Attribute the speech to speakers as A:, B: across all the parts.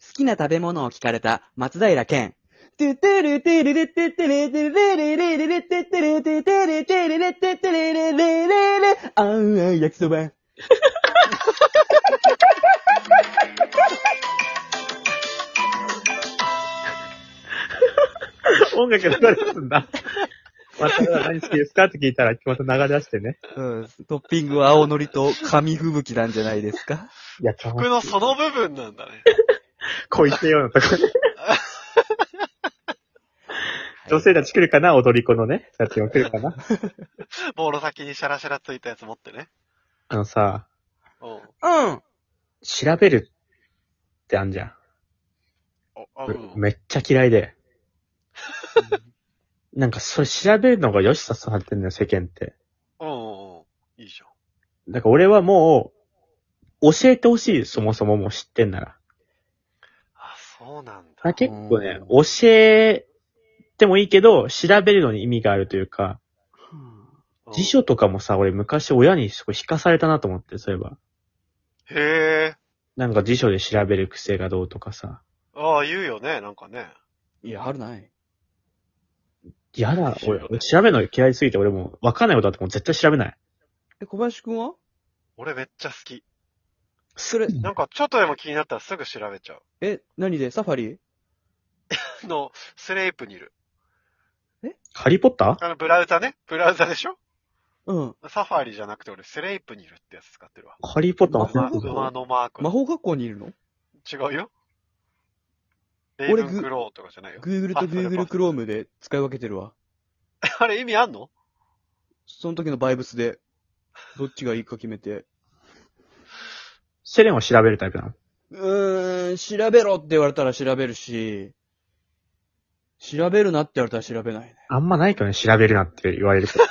A: 好きな食べ物を聞かれた松平健。トゥトゥルトゥルルトゥトゥルトゥルルルルルトゥトゥルトゥトゥルトゥルルトゥトゥルルルルルあんあん焼きそば。
B: 音楽流れすんだ。また何好きですかって聞いたら、また流れ出してね。
A: うん、トッピングは青のりと紙吹雪なんじゃないですか
B: いや、ちょ
C: 僕のその部分なんだ ね。
B: こいってようなとこで。女性たち来るかな踊り子のね、たちが来るかな
C: ボール先にシャラシャラついたやつ持ってね。
B: あのさ、
C: う
A: う
C: ん。
A: ん。
B: 調べるってあんじゃん。
C: おあうん。
B: めっちゃ嫌いで。なんかそれ調べるのが良しささってんのよ、世間って。
C: うん。うん。いいじ
B: だから俺はもう、教えてほしい、そもそももう知ってんなら。
C: ゃん。あ、そうなんだ
B: あ。結構ね、
A: う
B: 教えてもいいけど、調べるのに意味があるというか、
C: うん
B: 辞書とかもさ、俺昔親にすごい引かされたなと思って、そういえば。
C: へえ。
B: なんか辞書で調べる癖がどうとかさ。
C: ああ、言うよね、なんかね。
A: いや、あるない。
B: やだ、俺、俺調べるの嫌いすぎて、俺もう、わかんないことあってもう絶対調べない。
A: え、小林くんは
C: 俺めっちゃ好き。
A: それ、
C: なんかちょっとでも気になったらすぐ調べちゃう。
A: え、何でサファリ
C: あの、スレイプにいる。
B: ハリーポッタ
C: あの、ブラウザね。ブラウザでしょ
A: うん。
C: サファリじゃなくて俺スレイプにいるってやつ使ってるわ。
B: ーハリーポッター
A: あ
C: 馬
A: そう
C: 馬のマーク。
A: 魔法学校にいるの
C: 違うよ。レイ
A: 俺
C: ブンクローとかじゃないよ。
A: ?Google と
C: あそれ
A: Google Chrome で使い分けてるわ。
C: あれ意味あんの
A: その時のバイブスで、どっちがいいか決めて。
B: セレンは調べるタイプなの
A: うーん、調べろって言われたら調べるし、調べるなって言われたら調べないね。
B: あんまないけどね、調べるなって言われること。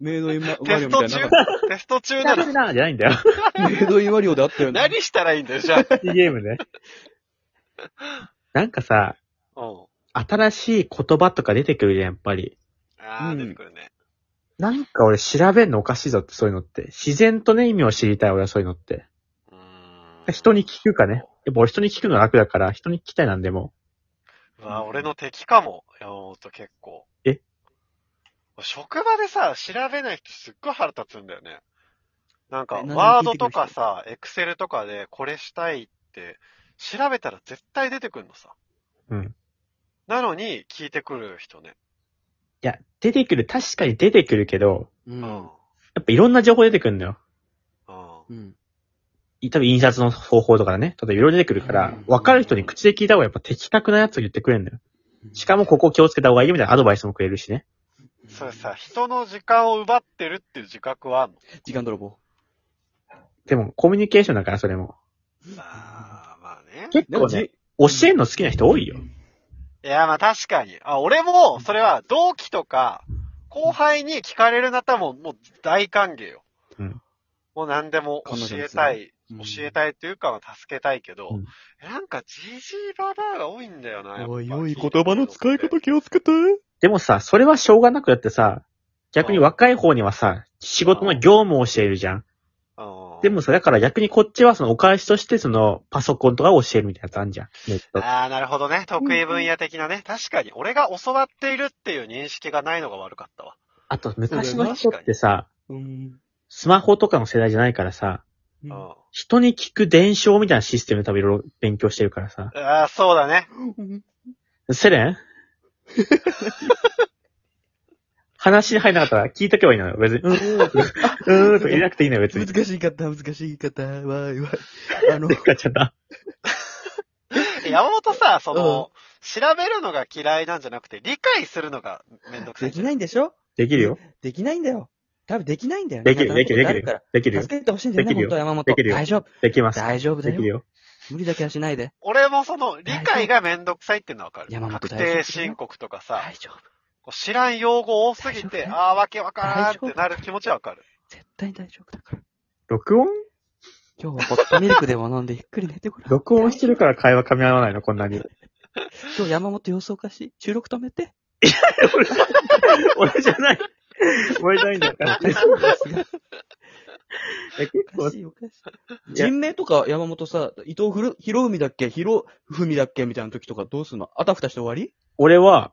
A: メイドインママ リ
C: テ
A: オ
C: ス
A: みたいな
C: ト中
A: なかっ
C: テスト中
B: 調
C: な
B: べ
C: の
B: るなじゃないん だよ。
A: た。メイドインマリオであったよね。
C: 何したらいいんだよ、じゃ
B: いいゲームね。なんかさ、
C: あ。うん。
B: 新しい言葉とか出てくるじゃん、やっぱり。
C: あ
A: う
C: あ、
A: ん
C: 出てくるね。
B: なんか俺調べんのおかしいぞって、そういうのって。自然とね、意味を知りたい、俺はそういうのって。
C: うーん
B: 人に聞くかね。やっぱ俺人に聞くの楽だから、人に聞きたいなんでも。
C: うわ、俺の敵かも、山本結構。
B: え
C: 職場でさ、調べない人すっごい腹立つんだよね。なん
A: え
C: か、
A: なんで
C: ワードとかさ、エクセルとかでこれしたいって、調べたら絶対出てくるのさ。
B: うん。
C: なのに、聞いてくる人ね。
B: いや、出てくる、確かに出てくるけど、
A: う。
C: うん
B: やっぱいろんな情報出てくるんだよ。
C: うん。
A: うん。
B: い多分印刷の方法とかね。例えばいろいろ出てくるから
A: うん、
B: 分かる人に口で聞いた方がやっぱ的確なやつを言ってくれるんだよ。しかもここ気をつけた方がいいみたいなアドバイスもくれるしね。
C: それさ、人の時間を奪ってるっていう自覚はあんの
A: 時間泥棒。
B: でも、コミュニケーションだから、それも。
C: ああ、まあね。
B: 結
A: で
B: 構
A: も
B: ね、
A: じ、
B: 教えんの好きな人多いよ。
C: いや、まあ確かに。あ、俺も、それは同期とか、後輩に聞かれるなったらもう、もう大歓迎よ。
B: うん
C: もう何でも
A: 彼女
C: 教
A: で
C: え
A: す
C: た
A: ね
C: い、教えたいというか、助けたいけど、
B: うん
C: なんかジジイババアが多いんだよな。やっぱ
A: おいおい、言葉の使い方気をつけて。
B: でもさ、それはしょうがなくだってさ、逆に若い方にはさ、仕事の業務を教えるじゃん。
C: うん
B: でもさ、だから逆にこっちはそのお返しとしてそのパソコンとかを教えるみたいなやつあんじゃん。ネット。
C: ああ、なるほどね。得意分野的なね。確かに、俺が教わっているっていう認識がないのが悪かったわ。
B: あと昔の人ってさ、
A: うん。
B: スマホとかの世代じゃないからさ、
A: う
C: うんん。
B: 人に聞く伝承みたいなシステムで多分いろいろ勉強してるからさ。
C: ああ、そう だね。
B: セレ ン話に入らなかったら聞いとけばいいのよ。別に、うん、うん、うんとか言えなくていいのよ、別に。
A: 難しい方、難しい方、わいわい。あ の、
B: 使っちゃった。
C: 山本さ、その、調べるのが嫌いなんじゃなくて、理解するのがめんどくさい
A: で
C: んじ
A: き
C: ゃな。
A: ないいんでしょ
B: できるよ。
A: できないんだよ。多分できないんだよね。
B: できる、できる、できる。できるよ。
A: 助けてほしいんだよね、
B: できる
A: 本
B: よ
A: 当は山本。
B: できるよ
A: 大丈夫。
B: できます。
A: 大丈夫だ
B: できる
A: よ。
B: よ。
A: 無理だけはしないで。
C: 俺もその、理解がめんどくさいっていうのはわかる。
A: 山本
C: 確
A: 大丈夫
C: 定申告とかさ、
A: 大丈夫。
C: こう知らん用語多すぎ
A: 大丈夫
C: て、
A: ね
C: ああ、わけわからんって
A: 大丈夫
C: なる気持ちはわかる。
A: 絶対大丈夫だから。
B: 録音
A: 今日はホットミルクでも飲んでゆっくり寝てごらん。
B: 録音してるから会話噛み合わないの、こん なに。
A: 今日山本様子おかしい。収録止め て。
B: 俺じゃない。俺じゃないんだから。
A: おかしいんですが
B: え結
A: おか
B: 構、
A: しいおかしい。
B: いや
A: 人名とか山本さ、伊藤ふる、ひろふみだっけひろふみだっけみたいな時とかどうすんのあたふたして終わり
B: 俺は、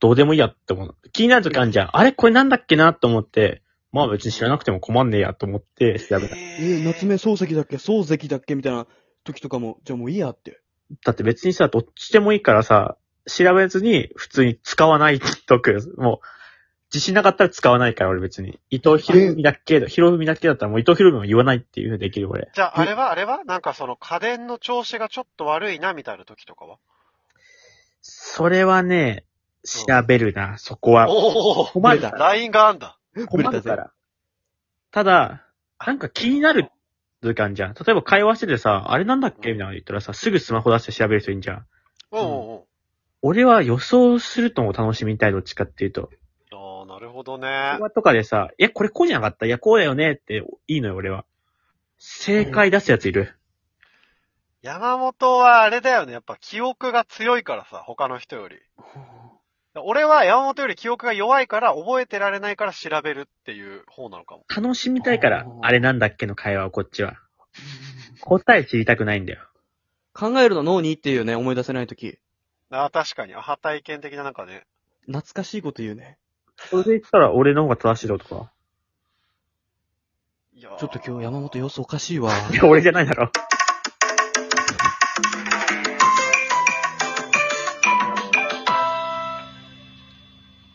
B: どうでもいいやって思う。気になる時あるじゃん。あれこれなんだっけなと思って、まあ別に知らなくても困んねえやと思って調べた。
A: えー、夏目漱石だっけ漱石だっけみたいな時とかも、じゃあもういいやって。
B: だって別にさ、どっちでもいいからさ、調べずに普通に使わないとく。もう、自信なかったら使わないから俺別に。伊藤博文だっけ、ひろふみだっけだったらもう伊藤博文は言わないっていうふうにできる俺。
C: じゃあ、あれはあれはなんかその家電の調子がちょっと悪いなみたいな時とかは
B: それはね、調べるな、そこは。
C: おお
B: 困る
A: ブレ
B: か
A: た
B: ら。
C: ラインがあんだ。
B: 困るから。ただ、なんか気になる時あるじゃん。例えば会話しててさ、あれなんだっけみたいなの言ったらさ、すぐスマホ出して調べる人いるじゃん。
C: うんうんうん。
B: 俺は予想するのを楽しみたい、どっちかっていうと。
C: ああ、なるほどね
B: 会。話とかでさ、え、これこうじゃなかったいや、こうだよねって、いいのよ、俺は。正解出すやついる。
C: 山本はあれだよね。やっぱ記憶が強いからさ、他の人より。俺は山本より記憶が弱いから覚えてられないから調べるっていう方なのかも。
B: 楽しみたいから
A: うん、
B: あれなんだっけの会話をこっちは。答え知りたくないんだよ。
A: 考えるの脳にっていうね、思い出せない時。
C: ああ、確かに。あ、体験的ななんかね。
A: 懐かしいこと言うね。
B: それで言ったら俺の方が正しいだろとか。
C: いやー
A: ちょっと今日山本様子おかしいわ。
B: いや、俺じゃないだろ。